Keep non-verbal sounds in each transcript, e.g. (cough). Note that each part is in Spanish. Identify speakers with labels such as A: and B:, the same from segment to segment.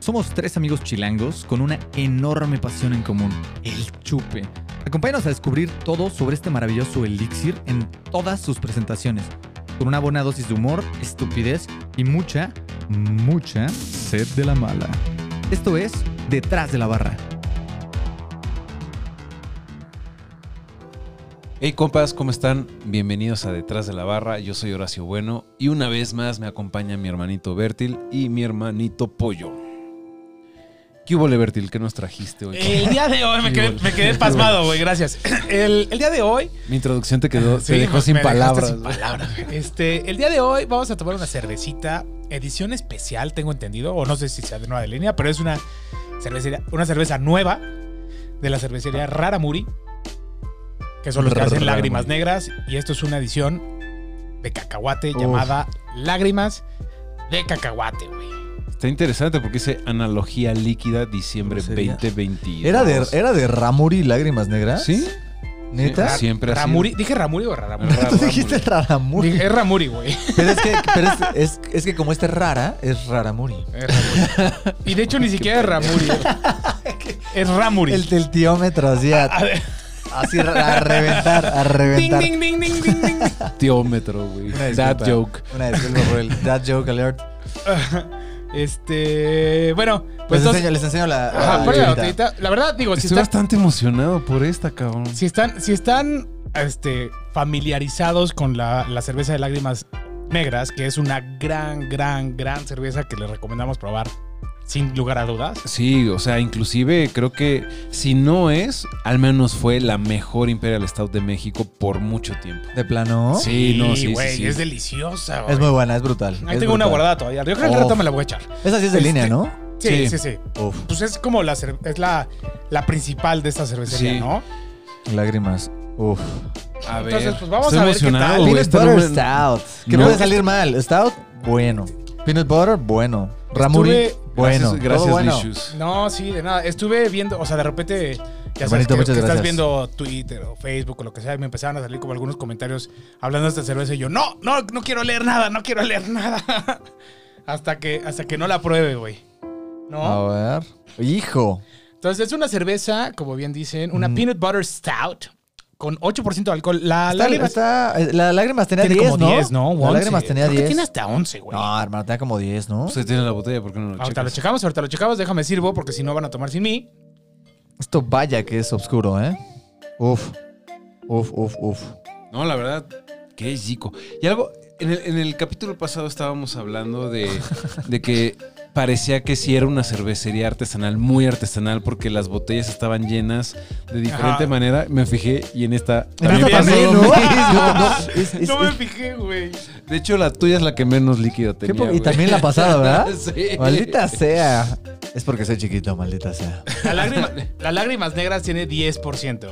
A: Somos tres amigos chilangos con una enorme pasión en común, el chupe. Acompáñanos a descubrir todo sobre este maravilloso elixir en todas sus presentaciones, con una buena dosis de humor, estupidez y mucha, mucha sed de la mala. Esto es Detrás de la Barra.
B: Hey compas, ¿cómo están? Bienvenidos a Detrás de la Barra, yo soy Horacio Bueno y una vez más me acompaña mi hermanito Bertil y mi hermanito Pollo. ¿Qué hubo, Bertil? ¿Qué nos trajiste hoy?
C: El día de hoy me quedé, me quedé pasmado, güey, gracias. El, el día de hoy.
B: Mi introducción te quedó,
C: Sí,
B: te dejó sin
C: me dejaste
B: palabras.
C: sin palabras. Este, el día de hoy vamos a tomar una cervecita, edición especial, tengo entendido, o no sé si sea de nueva de línea, pero es una cervecería, una cerveza nueva de la cervecería Rara Muri, que son los que hacen
B: Raramuri.
C: lágrimas negras, y esto es una edición de cacahuate llamada Lágrimas de Cacahuate, güey.
B: Está interesante porque dice analogía líquida diciembre
D: ¿Cómo sería?
B: 2022.
D: ¿Era de, ¿Era de Ramuri Lágrimas Negras?
B: ¿Sí?
D: ¿Neta?
B: Sí, Siempre así.
C: Ramuri, dije Ramuri
B: (laughs)
C: o Raramuri.
D: Tú dijiste Raramuri.
C: Dije- Es Ramuri, güey.
D: Pero, es que, pero es, es- es que como este es rara, es Raramuri.
C: Es Ramuri. Y de hecho ni siquiera es Ramuri. güey. Es Ramuri.
D: El del tiómetro, así a,
C: A ver.
D: así a reventar, a
C: Ding,
D: reventar.
C: ding, ding, ding, ding, ding.
B: Tiómetro, güey.
D: Una
B: That
D: disculpa.
B: joke.
D: Una disculpa por el dad joke alert.
C: Pues Este. Bueno, pues
D: les, enseño,
C: entonces.
D: les enseño la,
C: Ajá,
D: la
C: ponle la
D: botellita.
C: botellita. La verdad,
D: Pues
C: digo, si
B: Estoy
C: están,
B: bastante emocionado por esta, cabrón.
C: si están. Si están. Este. familiarizados con la, la cerveza de lágrimas negras, que es una gran, gran, gran cerveza que les recomendamos probar. Sin lugar a dudas.
B: Sí, o sea, inclusive creo que si no es, al menos fue la mejor Imperial Stout de México por mucho tiempo.
D: De plano.
B: Sí, no, sí, sí,
C: güey,
B: sí.
C: Es deliciosa, güey.
D: Es muy buena, es brutal.
C: Ahí
D: es
C: tengo una
D: brutal.
C: guardada todavía. Yo creo que el
D: Oh.
C: rato me la voy a echar.
D: Esa sí es de
C: Este-
D: línea, ¿no?
C: Sí,
B: Sí.
C: sí, sí.
D: Uf,
C: Pues es como la, cer- es la, la principal de esta cervecería,
B: Sí.
C: ¿no?
D: lágrimas. Uf.
B: A ver,
C: Entonces, pues, vamos
B: estoy
C: a ver qué
B: emocionado,
C: tal.
B: güey,
D: Peanut
B: esta
D: butter
B: no me-
D: stout. ¿Qué
B: No.
D: puede salir mal? Stout, bueno. Peanut butter, bueno. Ramuri,
C: Estuve-
D: bueno.
B: Gracias, gracias
D: Todo bueno.
B: Licious.
C: No, sí, de nada. Estuve viendo, o sea, de repente, ya sabes
D: Hermanito,
C: que,
D: muchas
C: que estás
D: gracias.
C: viendo Twitter o Facebook o lo que sea, y me empezaban a salir como algunos comentarios hablando de esta cerveza y yo, no, no, no quiero leer nada, no quiero leer nada. (laughs) hasta, que, hasta que no la pruebe, güey. ¿No?
D: Ah, A ver. Hijo.
C: Entonces, es una cerveza, como bien dicen, una
D: Mm.
C: peanut butter stout con 8% de alcohol. La
D: Está-
C: lágrima
D: está- la lágrimas tenía
C: tiene
D: 10,
C: como
D: ¿no?
C: 10, ¿no?
D: La
C: 11.
D: lágrimas tenía
C: Creo que
D: 10.
C: tiene hasta 11, güey.
D: No, hermano, tenía como 10, ¿no?
B: Usted tiene la botella, ¿por qué no la
C: Ahorita lo
B: checas?
C: checamos, ahorita lo checamos, déjame sirvo porque si no van a tomar sin mí.
D: Esto vaya que es oscuro, ¿eh? Uf. Uf, uf, uf.
B: No, la verdad, qué chico. Y algo, en el, en el capítulo pasado estábamos hablando de, de que parecía que sí era una cervecería artesanal, muy artesanal, porque las botellas estaban llenas de diferente
C: Ajá.
B: manera. Me fijé y en esta
D: Esta
B: también
C: esta
B: pasó
C: también,
B: lo
D: ¿no?
B: mismo.
D: (laughs) No, no, es-
C: (laughs)
D: es-
C: no me
D: es-
C: fijé, güey.
B: De hecho, la tuya es la que menos líquido
D: qué
B: tenía.
D: po- y
B: güey.
D: también la pasada, ¿verdad?
B: Sí.
D: Maldita sea. Es porque soy chiquito, maldita sea.
C: La lágrima- las lágrimas negras tiene 10%.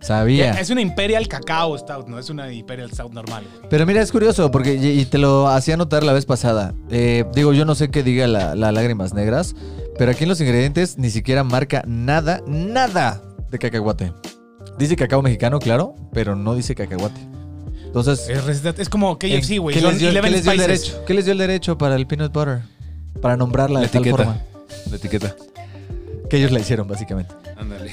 D: Sabía.
C: Es una Imperial Cacao Stout, no es una Imperial Stout normal. güey.
D: Pero mira, es curioso, porque y y te lo hacía notar la vez pasada. Eh, digo, yo no sé qué diga la, la lágrimas negras, pero aquí en los ingredientes ni siquiera marca nada, nada de cacahuate. Dice cacao mexicano, claro, pero no dice cacahuate. Entonces,
C: Es, receta- es como KFC,
D: ¿en-
C: güey.
D: ¿qué,
C: son
D: les dio,
C: 11
D: qué les dio
C: spices.
D: el derecho? ¿Qué les dio el derecho para el peanut butter? Para
B: La
D: nombrarla de tal
B: etiqueta.
D: forma.
B: La etiqueta.
D: Que ellos la hicieron, básicamente.
B: Ándale.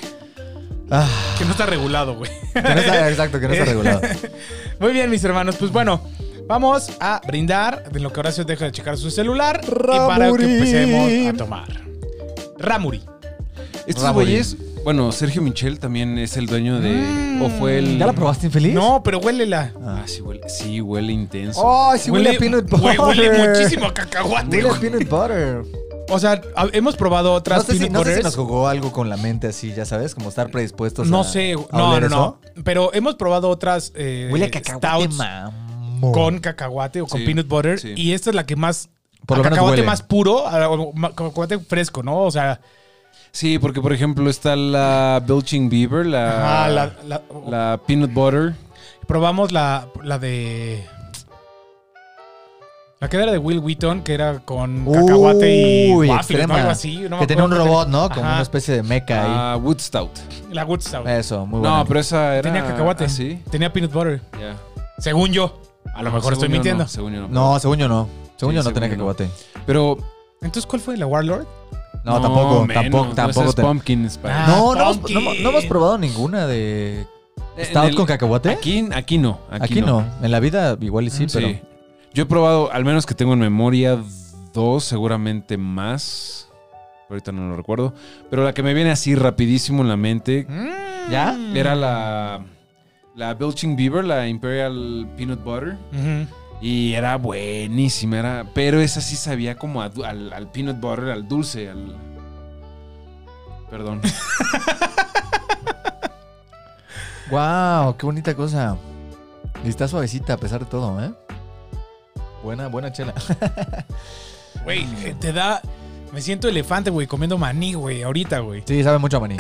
D: Ah,
C: Que no está regulado, güey.
D: (laughs)
C: (laughs)
D: que no está- exacto, que no está regulado.
C: Muy bien, mis hermanos. Pues bueno, vamos a brindar de lo que Horacio deja de checar su celular. Y para que
D: Ramuri.
C: empecemos a tomar. Ramuri.
B: Estos
D: Ramorín.
B: güeyes, bueno, Sergio Michel también es el dueño de.
C: Mm.
B: o fue el.
D: ¿Ya la probaste infeliz?
C: No, pero huélela.
B: Ah, sí huele, sí, huele intenso.
D: ¡Oh, sí huele, a peanut butter!
C: güey, huele muchísimo a cacahuate,
D: Huele a
C: güey.
D: peanut butter.
C: O sea, a- hemos probado otras
D: No sé, si,
C: peanut
D: no sé si
C: butters.
D: nos jugó algo con la mente así, ya sabes, como estar predispuestos
C: No
D: a-
C: sé,
D: a
C: no,
D: oler
C: no, no.
D: eso.
C: Pero hemos probado otras eh,
D: Huele a cacahuate,
C: stouts
D: mamón.
C: con cacahuate o con
B: Sí,
C: peanut butter.
B: sí.
C: Y esta es la que más.
D: Por lo
C: a
D: menos
C: cacahuate
D: huele.
C: más puro, a- o ma- cacahuate fresco, ¿no? O sea,
B: Sí, porque por ejemplo está la Belching Beaver, la,
C: ajá,
B: Ah. la,
C: ah, la- la-
B: Peanut Butter.
C: probamos la, la de. La que era de Will Wheaton, que era con cacahuate y waffles,
D: Uy,
C: ¿no?
D: extrema.
C: Algo así. no me
D: que tenía un
C: acuerdo qué
D: robot, ¿no? Como
C: Ajá,
D: una especie de mecha ahí.
B: Ah, Wood Stout.
C: La Wood Stout.
D: Eso, muy bueno.
B: No, pero esa era.
C: tenía cacahuate.
B: ¿Ah, sí.
C: Tenía peanut butter.
B: Ya.
C: Según yo. A lo mejor
B: Según
C: estoy
B: yo
C: mintiendo.
B: no, según yo no.
D: No, según yo no. Según
B: Sí,
D: yo no
B: según
D: tenía
B: yo no.
D: cacahuate.
B: Pero
C: Entonces, ¿cuál fue la Warlord?
D: La No, tampoco, tampoco,
B: No,
D: tampoco
B: esas
D: te-
B: pumpkin spice.
C: Ah,
D: no, no, hemos-
C: pumpkin.
D: no- no hemos probado ninguna de stout
B: En el-
D: con cacahuate. Aquí,
B: Aquí, aquí no. Aquí,
D: no. En la vida igual y sí,
B: Sí.
D: pero
B: Yo he probado, al menos que tengo en memoria, dos, seguramente más. Ahorita no lo recuerdo. Pero la que me viene así rapidísimo en la mente
C: Mm.
D: ¿Ya?
B: era la, la Belching Beaver, la Imperial Peanut Butter.
C: Ujú.
B: Y era buenísima, era, pero esa sí sabía como a du- al, al peanut butter, al dulce, al...
D: (laughs)
B: Perdón.
D: Wow, qué bonita cosa. Y está suavecita a pesar de todo, ¿eh? Buena, buena chela.
C: Güey,
D: Mm.
C: eh, te da. Me siento elefante, güey, comiendo maní, güey, ahorita, güey.
D: Sí, sabe mucho a maní.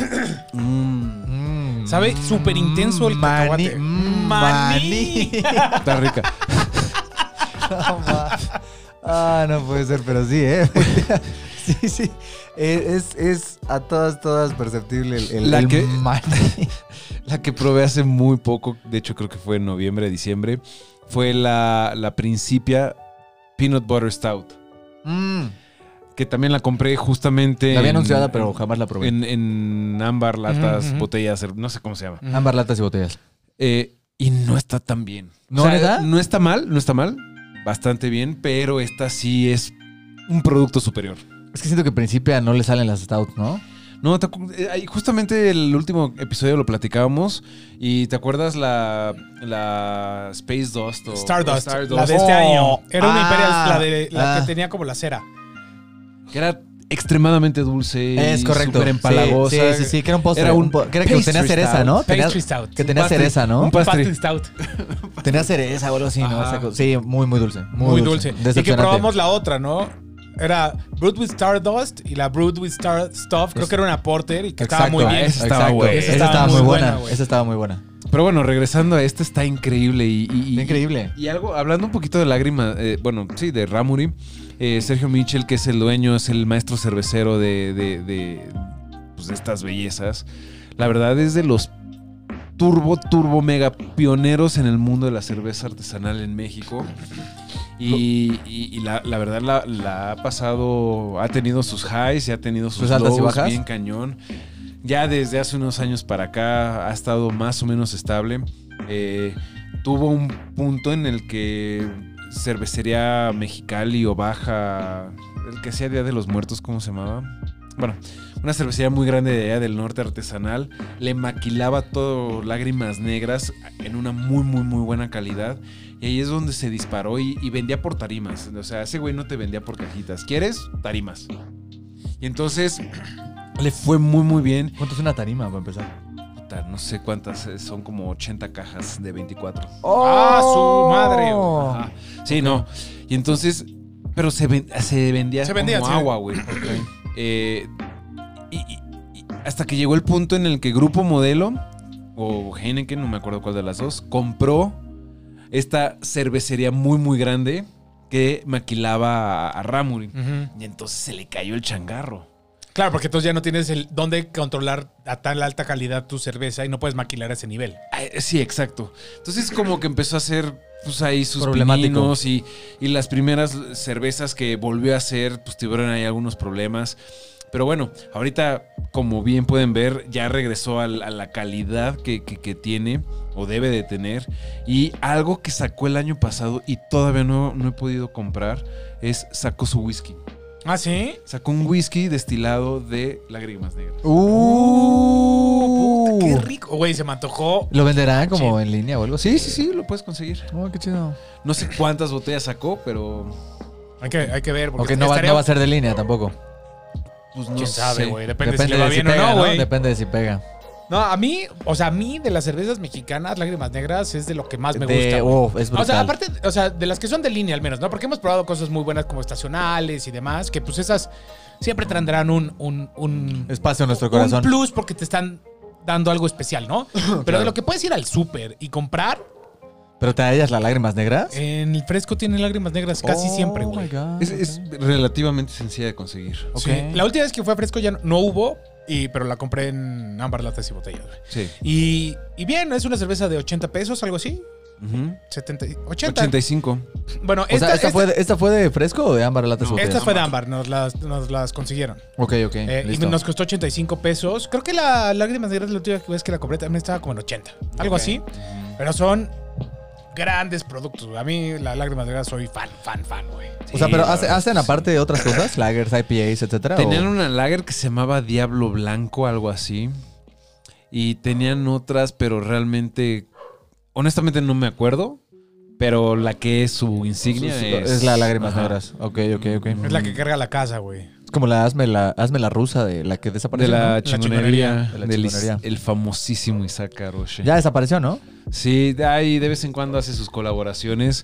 B: Mm,
D: Mm.
C: Sabe súper intenso el
D: Mm,
C: cacahuate.
D: mm,
C: Maní.
B: está rica.
D: No, ma. (laughs) ah, no puede ser, pero sí, ¿eh? (laughs) sí, sí. Eh, Es, es a todas, todas perceptible el, el-
B: La
D: el
B: que-
D: maní.
B: La que probé hace muy poco, de hecho creo que fue en noviembre, diciembre, fue la, la Principia Peanut Butter Stout,
D: Mm.
B: que también la compré justamente...
D: La había
B: en-
D: anunciada, pero jamás la probé.
B: En, en ámbar, latas,
C: Ujú, ujú.
B: botellas, no sé cómo se llama.
D: Ámbar, latas y botellas.
B: Eh, y no está tan bien.
D: ¿No, neta?
B: no está mal, no está mal. Bastante bien, pero esta sí es un producto superior.
D: Es que siento que en principio no le salen las stouts, ¿no?
B: No, te acu- eh, ahí justamente el último episodio lo platicábamos y ¿te acuerdas la, la Space Dust? o-
C: Stardust,
B: o Stardust?
C: la de este
D: Oh.
C: año. Era una
D: Ah.
C: Imperial, la, de, la
D: Ah.
C: que tenía como la cera.
B: Que era extremadamente dulce.
D: Es correcto.
B: Súper empalagosa.
D: Sí, sí, sí, sí, que era un postre.
B: Era un
D: un po- que era que
B: pastry
D: tenía cereza,
B: stout.
D: ¿no? Tenía-
C: Pastry stout.
D: que tenía
B: pastel.
D: cereza, ¿no?
B: Un pa- Pastry.
C: Pastry stout.
D: Tenía cereza o algo así, ¿no?
B: Ajá.
D: Esa cosa- Sí, muy, muy dulce. Muy,
C: Muy dulce. Y que
D: Decepcionante.
C: probamos la otra, ¿no? Era Brewed with Stardust y la Brewed with Star Stuff. Creo que era una porter y que estaba muy
D: Exacto.
C: bien.
B: Esa estaba
D: Exacto.
B: buena.
D: Esa
C: Esa
D: estaba
C: estaba
D: muy
C: muy
D: buena.
C: buena, güey.
D: Esa estaba muy buena.
B: Pero bueno, regresando a esta, está increíble. Y, y- y-
D: Está increíble.
B: Y algo, hablando un poquito de lágrima, eh, bueno, sí, de Ramuri, eh, Sergio Mitchell, que es el dueño, es el maestro cervecero de, de- de, pues, de estas bellezas, la verdad es de los turbo, turbo, mega pioneros en el mundo de la cerveza artesanal en México. Y, y- y la, la verdad la, la ha pasado, ha tenido sus highs y ha tenido sus,
D: Sus altas y
B: lows
D: bajas.
B: bien cañón. Ya desde hace unos años para acá ha estado más o menos estable. Eh, tuvo un punto en el que cervecería Mexicali o Baja, el que hacía Día de los Muertos, ¿cómo se llamaba? Bueno, una cervecería muy grande de allá del norte artesanal, le maquilaba todo lágrimas negras en una muy, muy, muy buena calidad. Y ahí es donde se disparó y, y vendía por tarimas. O sea, ese güey no te vendía por cajitas. ¿Quieres? Tarimas. Y entonces (clears throat) le fue muy, muy bien.
D: ¿Cuánto es una tarima para empezar?
B: Puta, No sé cuántas, eh, son como 80 cajas de 24.
C: ¡Ah, su madre, güey!
B: Ajá. Sí, no. Y entonces, pero se, ven- se vendía
C: Se vendía,
B: como
C: sí.
B: agua, güey. Eh, y, y- y hasta que llegó el punto en el que Grupo Modelo o Heineken, no me acuerdo cuál de las dos, compró esta cervecería muy, muy grande que maquilaba a, a Ramuri.
C: Ujú.
B: Y entonces se le cayó el changarro.
C: Claro, porque entonces ya no tienes el dónde controlar a tan alta calidad tu cerveza y no puedes maquilar a ese nivel.
B: Ah, eh, Sí, exacto. Entonces como que empezó a hacer pues ahí sus
D: Problemático.
B: pininos y, y las primeras cervezas que volvió a hacer pues tuvieron ahí algunos problemas. Pero bueno, ahorita como bien pueden ver ya regresó al- a, la calidad que, que- que tiene o debe de tener. Y algo que sacó el año pasado y todavía no, no he podido comprar es sacó su whisky.
C: ¿Ah, sí?
B: Sacó un whisky destilado de lágrimas negras.
D: ¡Uh!
C: ¡Qué rico! Güey, se me antojó.
D: ¿Lo venderán como en línea o algo así?
B: Sí, sí, sí, lo puedes conseguir.
D: Oh, qué chido.
B: No sé cuántas botellas sacó, pero
C: Hay que, hay que ver.
D: Ok,
C: Porque
D: no va,
C: estaría-
D: no va a ser de línea tampoco.
B: Pues
C: ¿Quién sabe, güey? Depende, si
D: Depende
C: le va
D: de si
C: bien
D: pega,
C: o no,
D: ¿no?
C: güey.
D: Depende de si pega.
C: No, a mí, o sea, a mí de las cervezas mexicanas, Lágrimas Negras es de lo que más me
D: De-
C: gusta. güey.
D: oh, es brutal.
C: o sea, aparte, o sea, de las que son de línea al menos, ¿no? Porque hemos probado cosas muy buenas como estacionales y demás, que pues esas siempre tendrán un, un, un,
D: Espacio en nuestro
C: un
D: corazón.
C: plus porque te están dando algo especial,
D: (laughs)
C: ¿no? Pero de lo que puedes ir al súper y comprar,
D: ¿Pero te hallas las lágrimas negras?
C: en el fresco tiene Lágrimas Negras casi
D: Oh,
C: siempre,
D: my
C: güey.
D: God,
B: Es, es
D: ok.
B: relativamente sencilla de conseguir.
D: Ok.
C: Sí. La última vez que fue a fresco ya no, no hubo, y, pero la compré en ámbar latas y botellas, güey.
B: Sí.
C: Y, y bien, es una cerveza de 80 pesos, algo así.
B: Ujú.
C: 70, 80.
B: 85.
C: Bueno,
D: O
C: esta,
D: sea, ¿esta,
C: esta-
D: fue de, ¿esta fue de fresco o de ámbar lata
B: No.
C: esta fue de ámbar, nos las, nos las consiguieron.
D: Ok, ok.
C: Eh, y
D: listo.
C: nos costó 85 pesos. Creo que la Lágrimas Negras la última vez que la compré también estaba como en 80. Algo
B: Ok.
C: así. Pero son grandes productos. güey. A mí la Lágrimas Negras soy fan, fan, fan, güey.
D: o sea,
B: Sí,
D: pero
B: la
D: hace-
B: verdad,
D: hacen
B: sí.
D: aparte de otras cosas, lagers, IPAs, etcétera. o-
B: Tenían una lager que se llamaba Diablo Blanco, algo así. Y tenían otras, pero realmente. Honestamente no me acuerdo. Pero la que es su insignia
D: es,
B: es.
D: la lágrimas
B: Ajá.
D: negras. Ok, ok, ok.
C: Es la que carga la casa, güey.
D: Es como la hazme la, hazme la rusa de la que
B: De
D: desapareció.
B: la
D: ¿no?
B: chingonería.
D: De la
B: del
D: chingonería.
B: el famosísimo Isaac Aroche.
D: Ya desapareció, ¿no?
B: Sí, de ahí de vez en cuando hace sus colaboraciones.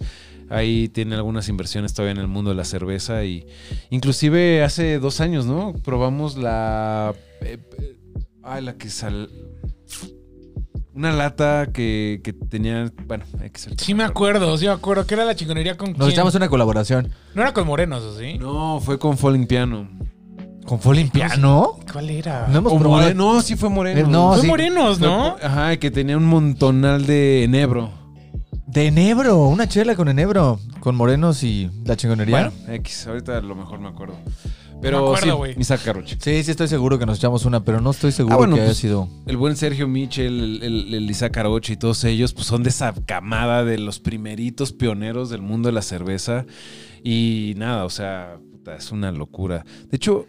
B: Ahí tiene algunas inversiones todavía en el mundo de la cerveza. Y inclusive hace dos años, ¿no? Probamos la. eh, eh, ay, la que sal. Una lata que, que tenía. Bueno, hay que ser-
C: Sí me acuerdo, sí me acuerdo. Que era la chingonería con
D: Nos
C: quién?
D: echamos una colaboración.
C: No era con Morenos, ¿o sí?
B: No, fue con Falling Piano.
D: ¿Con Falling Piano?
C: ¿Cuál era?
D: No hemos
B: O
D: probado.
B: Moreno, no, sí fue Moreno.
D: Eh, no,
C: Fue
D: sí.
C: Morenos,
B: Fue-
C: ¿no?
B: Ajá, que tenía un montonal de enebro.
D: De enebro, una chela con enebro. Con morenos y la chingonería.
B: Bueno, X, ahorita a lo mejor me acuerdo. Pero
C: Me acuerdo,
B: sí,
C: güey.
B: Isaac Aroche.
D: Sí, sí, estoy seguro que nos echamos una, pero no estoy seguro
B: Ah, bueno,
D: que haya
B: pues,
D: sido.
B: El buen Sergio Michel, el, el, el Isaac Aroche y todos ellos, pues son de esa camada de los primeritos pioneros del mundo de la cerveza. Y nada, o sea, puta, es una locura. De hecho,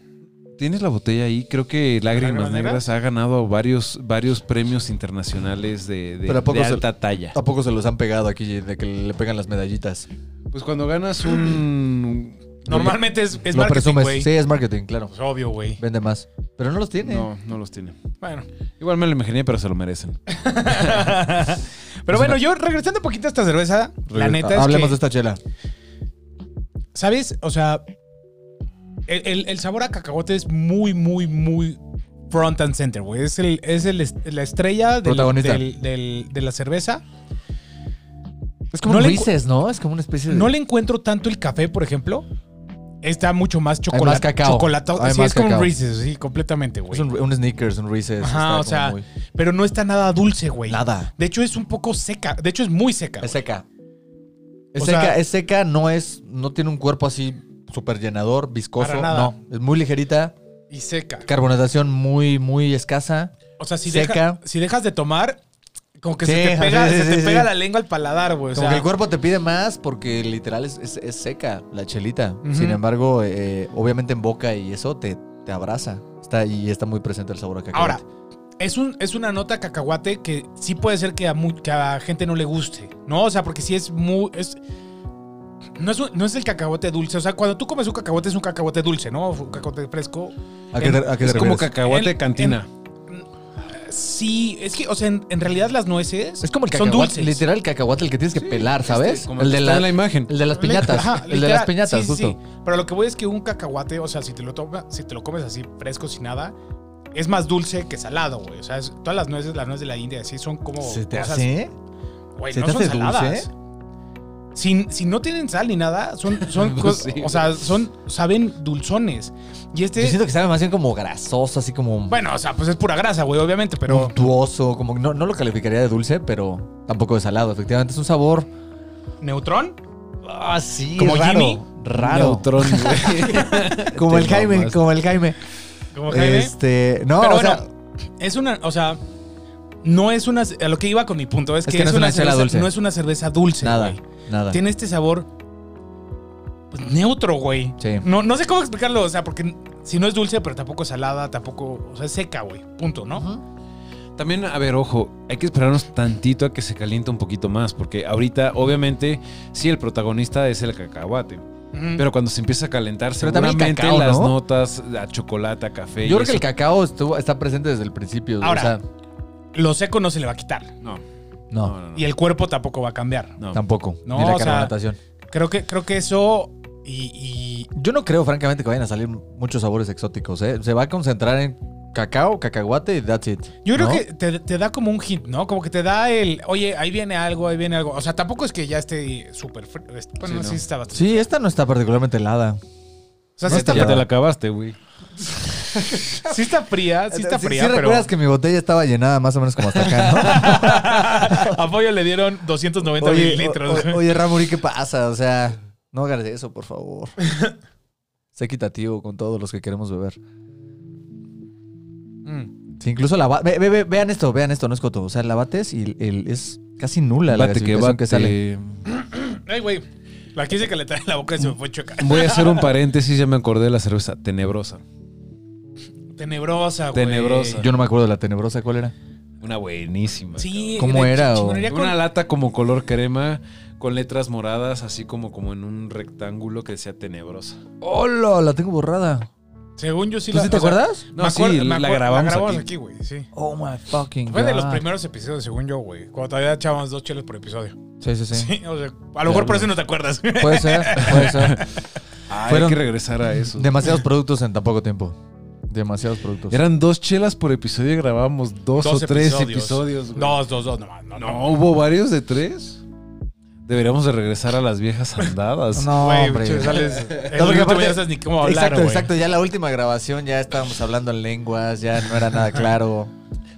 B: tienes la botella ahí. Creo que Lágrimas
C: ¿Lágrimas
B: Negras ha ganado varios, varios premios internacionales de, de-
D: Pero ¿a poco
B: de
D: se-
B: alta talla.
D: ¿A poco se los han pegado aquí de que le pegan las medallitas?
B: Pues cuando ganas (clears throat) un.
C: Normalmente es, es
D: Lo
C: marketing,
D: presumes.
C: güey.
D: Sí, es marketing, claro.
C: Pues obvio, güey.
D: Vende más. Pero no los tiene.
B: No, no los tiene.
C: Bueno.
B: Igual me lo imaginé, pero se lo merecen.
C: Pero bueno, yo regresando un poquito a esta cerveza, la
D: Pues Regresa-
C: neta es
D: Hablemos
C: que-
D: de esta chela.
C: ¿Sabes? O sea, el, el- el sabor a cacahuate es muy, muy, muy front and center, güey. Es, el, es el est- la estrella del-
D: Protagonista.
C: del- del- de la cerveza.
D: Es
C: como un
D: Reese's, ¿no? Es como una especie de.
C: No le encuentro tanto el café, por ejemplo. Está mucho más chocolate.
D: más cacao.
C: chocolatado.
D: Hay
C: Sí,
D: más
C: es como un
D: cacao.
C: Reese's, sí, completamente,
D: es
C: güey.
D: un, un sneakers, un Reese's.
C: Ajá,
D: está
C: o
D: como
C: sea,
D: muy-
C: pero no está nada dulce, güey.
D: Nada.
C: De hecho, es un poco seca. De hecho, es muy seca.
D: Es
C: güey.
D: seca. Es
C: O
D: seca,
C: sea-
D: es seca, no es. No tiene un cuerpo así súper llenador, viscoso.
C: Para nada.
D: No. Es muy ligerita.
C: Y seca.
D: Carbonatación muy, muy escasa.
C: O sea, si,
D: Seca.
C: deja- si dejas de tomar, como que
D: Sí,
C: se te pega,
D: sí,
C: se
D: sí,
C: te
D: sí.
C: pega la lengua al paladar, güey. O
D: Como
C: sea,
D: que el cuerpo te pide más porque literal es, es- es seca la chelita.
C: Ujú.
D: Sin embargo, eh, obviamente en boca y eso te, te abraza. Está, y está muy presente el sabor a cacahuate.
C: Ahora, es, un, es una nota cacahuate que sí puede ser que a, mu- que a gente no le guste, ¿no? O sea, porque sí es muy... Es, no, es un- no es el cacahuate dulce. O sea, cuando tú comes un cacahuate, es un cacahuate dulce, ¿no? Un cacahuate fresco.
D: ¿a qué, te- a qué te
B: Es como
D: refieres?
B: cacahuate
C: En-
B: de cantina.
C: Sí, es que, o sea, en, en realidad las nueces
D: Es como el
C: son
D: cacahuate.
C: dulces. este,
D: Literal, el cacahuate el que tienes que pelar, ¿sabes?
B: Como
D: el, de
B: está
D: la-
B: en la imagen.
D: el de las piñatas.
C: Ajá,
D: el de las
C: literal.
D: piñatas,
C: Sí, sí,
D: justo.
C: sí. Pero lo que voy es que un cacahuate, o sea, si te lo tomas, si te lo comes así fresco sin nada, es más dulce que salado, güey. O sea, es- todas las nueces, las nueces de la India, así son como
D: ¿Se te
C: cosas-
D: hace?
C: Güey,
D: ¿Se
C: no
D: te
C: son
D: hace dulce?
C: saladas. Si, si no tienen sal ni nada,
D: (laughs)
C: son, son
B: Pues
C: cos-
B: sí,
C: o sea, son, saben dulzones. Y
D: Yo
C: este,
D: siento que sabe más bien como grasoso, así como
C: bueno, o sea, pues es pura grasa, güey, obviamente, pero
D: untuoso. Como, que no, no lo calificaría de dulce, pero tampoco de salado. Efectivamente, es un sabor.
C: neutrón,
D: Ah, sí,
C: ¿Como
D: raro.
C: Jimmy?
D: Raro.
B: Neutrón, güey.
D: (laughs) Como el
B: Te
D: Jaime,
B: mamas.
D: como el Jaime.
C: como Jaime.
D: Este, no,
C: pero
D: o
C: bueno,
D: sea,
C: es una, o sea, no es una, a lo que iba con mi punto es, que, no es una,
D: chela
C: cerveza,
D: dulce.
C: no es una cerveza dulce,
D: nada,
C: güey.
D: nada.
C: Tiene este sabor pues, neutro, güey.
D: Sí.
C: No, no sé cómo explicarlo, o sea, porque si no es dulce, pero tampoco es salada, tampoco, o sea, es seca, güey. Punto, ¿no?
B: También, a ver, ojo, hay que esperarnos tantito a que se caliente un poquito más, porque ahorita, obviamente, sí, el protagonista es el cacahuate,
C: Ujú.
B: pero cuando se empieza a calentar,
D: Mm. Pero también el
B: seguramente
D: cacao,
B: las
D: ¿no?
B: notas a chocolate, a café.
D: Yo
B: y
D: creo que el
B: eso-
D: cacao estuvo- está presente desde el principio.
C: Ahora,
D: o sea,
C: lo seco no se le va a quitar
B: No, no,
D: no,
B: no. no,
C: y el cuerpo tampoco va a cambiar.
B: no.
D: tampoco.
C: No,
D: ni la
C: o sea-
D: carbonatación.
C: Creo que, creo que eso y, y
D: Yo no creo, francamente, que vayan a salir muchos sabores exóticos. ¿eh? Se va a concentrar en cacao, cacahuate y that's it.
C: yo creo
D: ¿no?
C: que te, te da como un hint, ¿no? Como que te da el, oye, ahí viene algo, ahí viene algo. O sea, tampoco es que ya esté súper frío. Bueno,
B: Sí,
C: sí,
B: no.
C: está bastante.
D: Sí, esta no está particularmente helada.
C: O sea,
D: no
C: sí
D: está
C: está
B: Ya te
D: Claro.
B: la acabaste, güey.
C: Sí está fría, sí está
D: Sí-
C: fría,
D: sí
C: pero
D: recuerdas que (laughs) mi botella estaba llenada más o menos como hasta (laughs) acá,
C: (laughs)
D: ¿no?
C: a Pollo le dieron 290 mililitros.
D: o- o- oye, Ramuri, ¿qué pasa? O sea, no hagas eso, por favor. (laughs) Sé equitativo con todos los que queremos beber.
C: Mm.
D: Sí, incluso la ba- ve- ve- ve- vean esto, vean esto, no es coto. O sea, la bates y el- es casi nula la
B: Bate que
D: gasificación que
B: bate.
D: sale.
C: (laughs) Ay, güey. La quise que le trae en la boca y se me fue chocar.
B: Voy a
D: (laughs)
B: hacer un paréntesis, ya me acordé de la cerveza tenebrosa.
C: Tenebrosa, güey.
B: Tenebrosa.
D: Yo no me acuerdo de la tenebrosa, ¿cuál era?
B: Una buenísima.
C: Sí.
D: ¿Cómo
C: de
D: era, o-
C: chingonería con-
B: Una lata como color crema con letras moradas, así como, como en un rectángulo que decía tenebrosa.
D: ¡Hola! La tengo borrada.
C: Según yo sí
D: ¿Tú sí te
C: o sea,
D: acuerdas?
B: No,
C: me
B: sí,
C: acuerdo- me
B: la
C: acuerdo-
B: grabamos aquí.
C: aquí, güey, sí.
D: Oh my fucking
C: Fue de los
D: God.
C: primeros episodios, según yo, güey. Cuando todavía echábamos dos chelas por episodio.
D: Sí, sí, sí.
C: Sí, o sea, a lo mejor por eso no te
D: (laughs)
C: acuerdas.
D: Puede ser, puede
C: (laughs)
D: ser.
B: Ah,
D: Fueron-
B: hay que regresar a eso.
D: Demasiados productos en tan poco tiempo. Demasiados productos.
B: Eran dos chelas por episodio y grabábamos dos,
C: Dos
B: o tres
C: episodios.
B: episodios. güey.
C: Dos, dos, dos, no,
B: No,
C: no, no.
B: hubo varios de tres. Deberíamos de regresar a las viejas andadas.
D: (laughs) No,
C: Güey,
D: hombre.
C: che, sales.
D: No, porque
C: no
D: aparte-
C: sabes ni cómo hablar,
D: exacto,
C: güey.
D: exacto. Ya la última grabación ya estábamos hablando en lenguas, ya no era nada claro.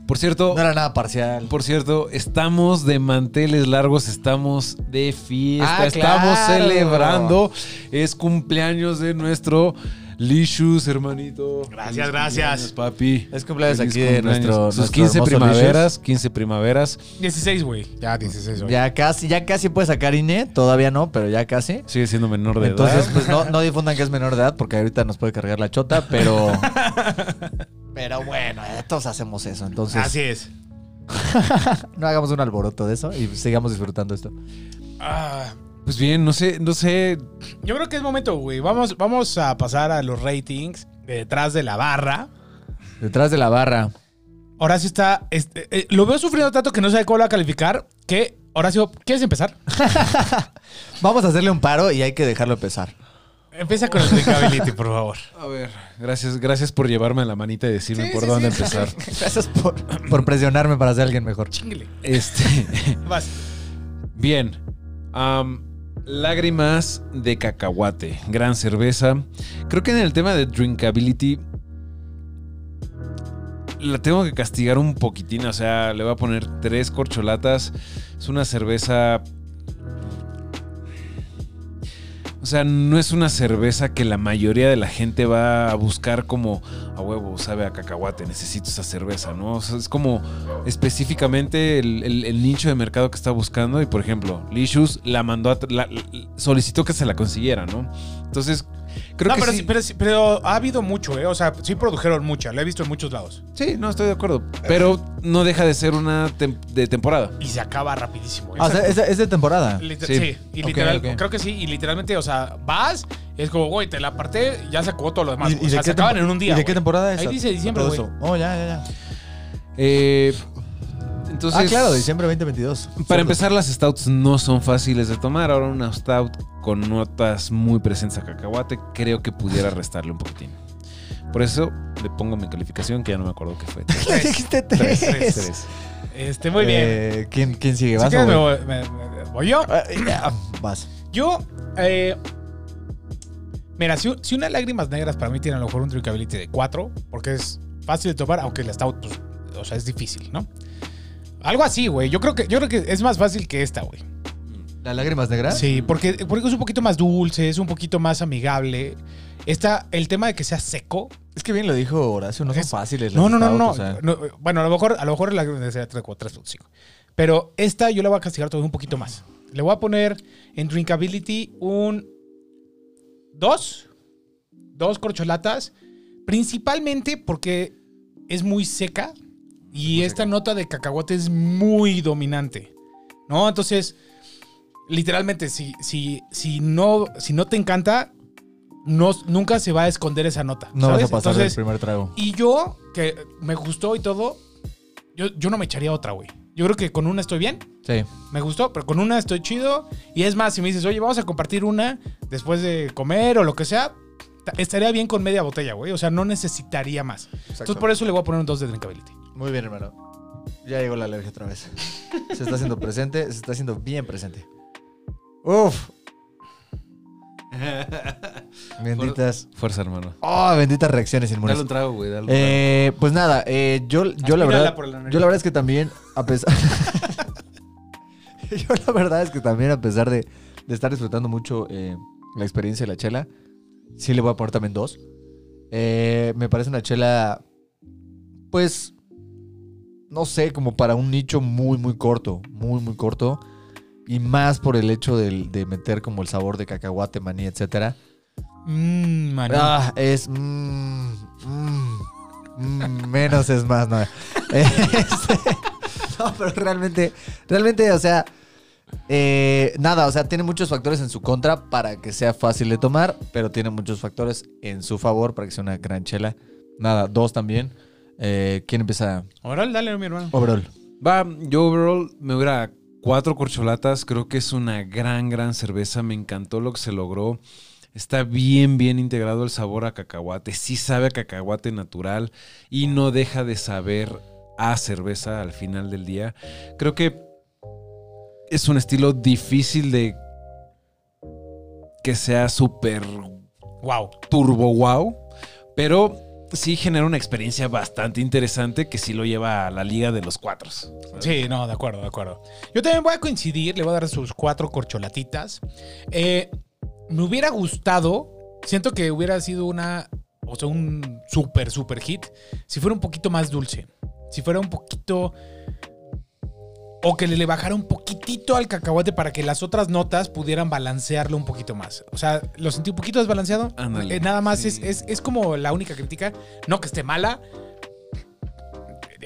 B: Por cierto,
D: No era nada parcial.
B: por cierto, estamos de manteles largos, estamos de fiesta,
D: Ah,
B: estamos
D: claro.
B: celebrando. Es cumpleaños de nuestro Lishus, hermanito.
C: Gracias,
B: Feliz
C: gracias.
B: cumpleaños, Papi.
D: Es cumpleaños
B: Feliz
D: aquí de
B: cumpleaños.
D: nuestro-
B: Sus
D: nuestro
B: 15
D: hermoso
B: primaveras, 15 primaveras.
C: 16, güey. Ya, 16, güey.
D: Ya casi, ya casi puede sacar INE, todavía no, pero ya casi.
B: Sigue siendo menor de
D: Entonces,
B: edad.
D: pues no, no difundan que es menor de edad porque ahorita nos puede cargar la chota,
C: (laughs)
D: pero. pero bueno, eh, todos hacemos eso. Entonces,
C: Así es.
D: no hagamos un alboroto de eso y sigamos disfrutando esto.
C: Ah,
B: Pues bien, no sé, no sé.
C: yo creo que es momento, güey. Vamos, vamos a pasar a los ratings de detrás de la barra.
D: Detrás de la barra.
C: Horacio está. este, eh, lo veo sufriendo tanto que no sabe cómo lo va a calificar. Que, Horacio, ¿quieres empezar?
D: Vamos a hacerle un paro y hay que dejarlo empezar.
C: (laughs) Empieza con el drinkability, por (laughs) favor.
B: A ver, gracias, gracias por llevarme la manita y decirme
C: Sí,
B: por
C: sí,
B: dónde
C: sí. (laughs)
B: empezar.
D: Gracias por, por presionarme para ser alguien mejor.
C: Chingle.
B: Este, (laughs)
C: Vas.
B: bien. Am, lágrimas de cacahuate, gran cerveza. Creo que en el tema de drinkability la tengo que castigar un poquitín, o sea, le voy a poner tres corcholatas. Es una cerveza O sea, no es una cerveza que la mayoría de la gente va a buscar como a huevo, sabe a cacahuate, necesito esa cerveza, ¿no? O sea, es como específicamente el, el- el nicho de mercado que está buscando. Y por ejemplo, Lishus la mandó a. tra- la- la- solicitó que se la consiguiera, ¿no? Entonces, creo
C: no,
B: que
C: pero,
B: sí.
C: sí- pero sí- pero ha habido mucho, ¿eh? O sea, sí produjeron mucha. Lo he visto en muchos lados.
B: Sí, no, estoy de acuerdo. Pero
C: Eh.
B: no deja de ser una tem- de temporada.
C: Y se acaba rapidísimo. ¿eh?
D: Ah, o sea, es, de- es de temporada.
C: Liter-
B: Sí.
C: sí. y
D: Ok,
C: literal,
D: ok.
C: creo que sí, y literalmente, o sea, vas, es como, güey, te la aparté, ya se acabó todo lo demás.
D: ¿Y-
C: güey. o
D: y de
C: sea,
D: qué
C: se acaban
D: tempo-
C: en un día.
D: ¿Y de qué
C: güey.
D: temporada es?
C: Ahí dice diciembre,
D: Todo
C: güey. (laughs)
D: eso. Oh, ya, ya, ya.
B: Eh, entonces,
D: ah, claro, diciembre 2022.
B: Para empezar, las stouts no son fáciles de tomar. Ahora una stout con notas muy presentes a cacahuate, creo que pudiera restarle un poquitín. Por eso le pongo mi calificación, que ya no me acuerdo (laughs) qué fue. Tres,
D: Le dijiste
B: tres,
D: tres.
B: tres, tres.
C: Pues, Este, muy bien.
D: Eh, ¿quién, ¿Quién
C: Si
D: sigue? ¿Vas o
C: quieres, me
D: voy?
C: voy, me- me- voy yo.
D: Ah, ya, Vas.
C: Yo, eh, mira, si, si unas lágrimas negras para mí tiene a lo mejor un drinkability de 4, porque es fácil de tomar, aunque la stout, pues, o sea, es difícil, ¿no? Algo así, güey. Yo creo que yo creo que es más fácil que esta, güey.
D: ¿Las lágrimas negras?
C: Sí, porque, porque es un poquito más dulce, es un poquito más amigable. Esta, el tema de que sea seco.
D: Es que bien lo dijo Horacio, no son
C: Es-
D: fáciles.
C: No,
D: las
C: no, no,
D: stout,
C: no,
D: o sea.
C: no, Bueno, a lo mejor, a lo mejor la sería 3, 4, 3, 5. Pero esta yo la voy a castigar todavía un poquito más. Le voy a poner en Drinkability un 2. Dos corcholatas. Principalmente porque es muy seca. Y esta nota de cacahuate es muy dominante. ¿No? Entonces, literalmente, si, si, si, no, si no te encanta, no, nunca se va a esconder esa nota.
D: No vas
C: ¿sabes?
D: a pasar
C: Entonces,
D: el primer trago.
C: y yo, que me gustó y todo, yo, yo no me echaría otra, güey. Yo creo que con una estoy bien,
D: Sí.
C: me gustó, pero con una estoy chido. Y es más, si me dices, oye, vamos a compartir una después de comer o lo que sea, ta- estaría bien con media botella, güey. O sea, no necesitaría más. Entonces, por eso le voy a poner un 2 de drinkability.
D: Muy bien, hermano. Ya llegó la alergia otra vez. (laughs) Se está haciendo presente, se está haciendo bien presente. Uf. (laughs) Benditas.
B: Fuerza, hermano.
D: Oh, benditas reacciones inmunes.
B: Dale un trago, güey. Dale un trago.
D: Eh, pues nada, eh, yo, yo la
C: Aspírala
D: verdad.
C: por la nariz.
D: yo la verdad es que también, a pesar. (laughs) yo la verdad es que también, a pesar de, de estar disfrutando mucho eh, la experiencia de la chela, sí le voy a poner también dos. Eh, me parece una chela. Pues. No sé, como para un nicho muy, muy corto. Muy, muy corto. Y más por el hecho del- de meter como el sabor de cacahuate, maní, etcétera.
C: Mmm, maní.
D: Ah, es. mm, mm, mm, menos es más, (laughs) no. Este, no, pero realmente, realmente, o sea. eh, nada, o sea, tiene muchos factores en su contra para que sea fácil de tomar, pero tiene muchos factores en su favor para que sea una gran chela. Nada, dos también. Eh, ¿Quién empieza?
C: Oral, dale, mi hermano.
D: Overall.
B: Va, yo overall me hubiera cuatro corcholatas. Creo que es una gran, gran cerveza. Me encantó lo que se logró. Está bien, bien integrado el sabor a cacahuate. Sí sabe a cacahuate natural y no deja de saber a cerveza al final del día. Creo que es un estilo difícil de que sea súper
D: Oh.
C: Wow.
B: turbo wow, pero sí genera una experiencia bastante interesante que sí lo lleva a la liga de los cuatros.
C: Sí, no, de acuerdo, de acuerdo. Yo también voy a coincidir, le voy a dar sus cuatro corcholatitas. Eh, me hubiera gustado, siento que hubiera sido una, o sea, un super, super hit, si fuera un poquito más dulce, si fuera un poquito... O que le bajara un poquitito al cacahuate para que las otras notas pudieran balancearlo un poquito más. O sea, lo sentí un poquito desbalanceado.
B: Ándale,
C: Eh, nada más
B: sí.
C: es, es, es como la única crítica. No que esté mala,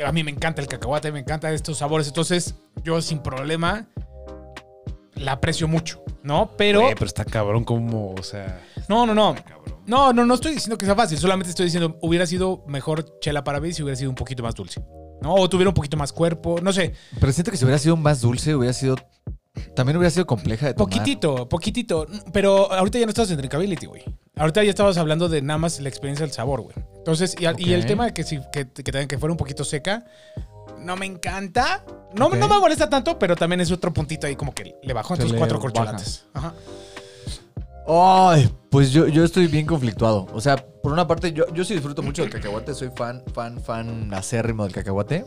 C: a mí me encanta el cacahuate, me encantan estos sabores. Entonces, yo sin problema la aprecio mucho, ¿no? Pero.
B: Güey, pero está cabrón como, o sea,
C: No, no, no.
B: cabrón.
C: No, no, no estoy diciendo que sea fácil. Solamente estoy diciendo, hubiera sido mejor chela para mí si hubiera sido un poquito más dulce. ¿No? O tuviera un poquito más cuerpo. No sé.
D: Pero siento que si hubiera sido más dulce, hubiera sido. También hubiera sido compleja de tomar.
C: Poquitito, poquitito. Pero ahorita ya no estamos en drinkability, güey. Ahorita ya estabas hablando de nada más la experiencia del sabor, güey. Entonces, y, a- y el
D: Ok.
C: tema de que, si, que, que también que fuera un poquito seca, no me encanta. No,
D: Ok.
C: no me molesta tanto, pero también es otro puntito ahí como que le bajó
D: Se
C: entonces
D: le
C: cuatro
D: baja.
C: corcholatas. Ajá.
D: Ay, pues yo, yo estoy bien conflictuado. O sea, por una parte, yo, yo sí disfruto mucho del cacahuate. Soy fan, fan, fan acérrimo del cacahuate.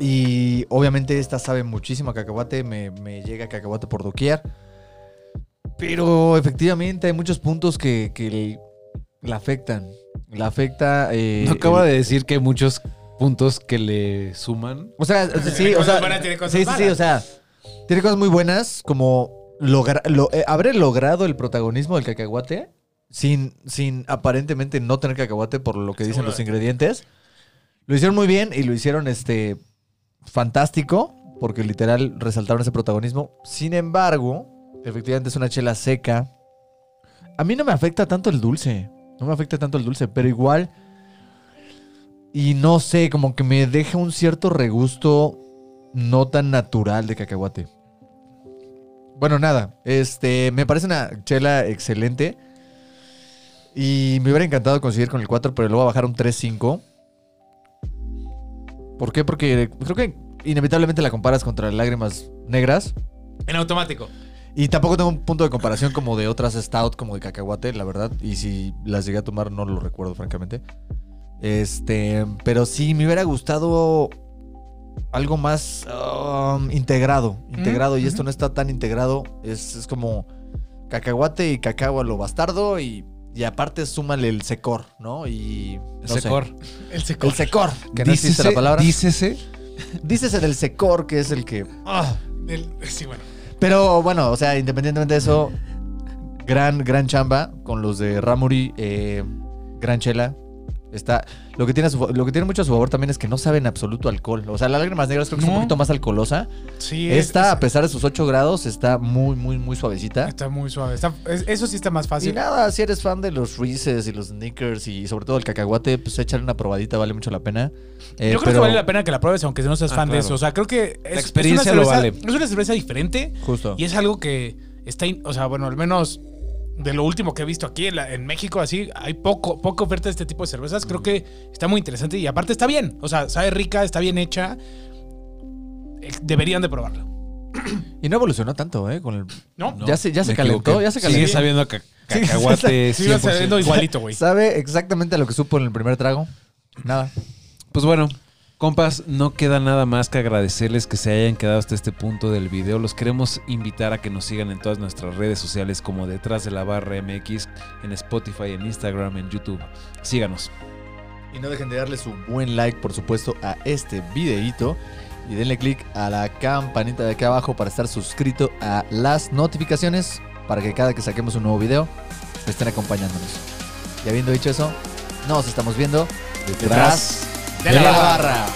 D: Y obviamente esta sabe muchísimo a cacahuate. Me, me llega cacahuate por doquier. Pero efectivamente hay muchos puntos que, que le- la afectan. La afecta... eh,
B: No acaba
D: el-
B: de decir que hay muchos puntos que le suman.
D: o sea, o sea, sí, o
C: cosas
D: sea,
C: buenas, tiene cosas
D: sí, sí, sí,
C: malas.
D: o sea, tiene cosas muy buenas como lograr, lo, eh, haber logrado el protagonismo del cacahuate sin, sin aparentemente no tener cacahuate por lo que dicen los ingredientes. Lo hicieron muy bien y lo hicieron este fantástico porque literal resaltaron ese protagonismo. Sin embargo, efectivamente es una chela seca. A mí no me afecta tanto el dulce, no me afecta tanto el dulce, pero igual y no sé, como que me deja un cierto regusto no tan natural de cacahuate. Bueno, nada. Este, me parece una chela excelente. Y me hubiera encantado conseguir con el 4, pero luego bajar un 3-5. ¿Por qué? Porque creo que inevitablemente la comparas contra lágrimas negras.
C: En automático.
D: Y tampoco tengo un punto de comparación como de otras stout, como de cacahuate, la verdad. Y si las llegué a tomar, no lo recuerdo, francamente. Este, pero sí, me hubiera gustado algo más um, integrado. Integrado, y esto no está tan integrado. Es, es como cacahuate y cacao a lo bastardo. Y, y aparte, súmale el secor, ¿no? Y. no sé.
B: Secor.
C: El secor.
D: El secor, que no existe la palabra.
B: Dícese.
D: (laughs) Dices el del secor, que es el que.
C: Ah, El- sí, bueno.
D: Pero bueno, o sea, independientemente de eso,
C: Mm.
D: gran, gran chamba con los de Ramuri, eh, gran chela. Está, lo, que tiene a su fa- lo que tiene mucho a su favor también es que no saben absoluto alcohol. O sea, la lágrimas negras creo que es
C: No.
D: un poquito más alcoholosa.
C: Sí, es-
D: Esta, a
C: es-
D: pesar de sus 8 grados, está muy, muy, muy suavecita.
C: está muy suave. Está- es- eso sí está más
D: Y
C: fácil.
D: nada, si eres fan de los Reese's y los Snickers y sobre todo el cacahuate, pues échale una probadita, vale mucho la pena. Eh,
C: Yo creo que
D: pero-
C: vale la pena que la pruebes, aunque no seas
B: Ah,
C: fan de
B: claro.
C: eso. O sea, creo que es,
B: experiencia
C: es
B: lo
C: una cerveza,
B: vale.
C: Es una cerveza diferente
D: Justo.
C: y es algo que está, in- o sea, bueno, al menos de lo último que he visto aquí en, la- en México, así hay poco, poca oferta de este tipo de cervezas. Creo que está muy interesante y aparte está bien. O sea, sabe rica, está bien hecha. Eh, Deberían de probarlo.
D: Y no evolucionó tanto, ¿eh? Con el-
C: ¿No?
B: No,
D: ya se, ya se
B: me
D: calentó,
B: equivoqué.
D: ya se
B: Sigue
D: calentó.
B: sabiendo a ca- Cacahuate
C: (laughs) Sí, iba
B: 100%.
C: saliendo igualito, güey.
D: ¿Sabe exactamente a lo que supo en el primer trago? Nada.
B: Pues bueno, compas, no queda nada más que agradecerles que se hayan quedado hasta este punto del video. Los queremos invitar a que nos sigan en todas nuestras redes sociales como Detrás de la Barra MX, en Spotify, en Instagram, en YouTube. Síganos.
D: Y no dejen de darle su buen like, por supuesto, a este videíto. Y denle clic a la campanita de aquí abajo para estar suscrito a las notificaciones para que cada que saquemos un nuevo video estén acompañándonos. Y habiendo dicho eso, nos estamos viendo detrás de la barra.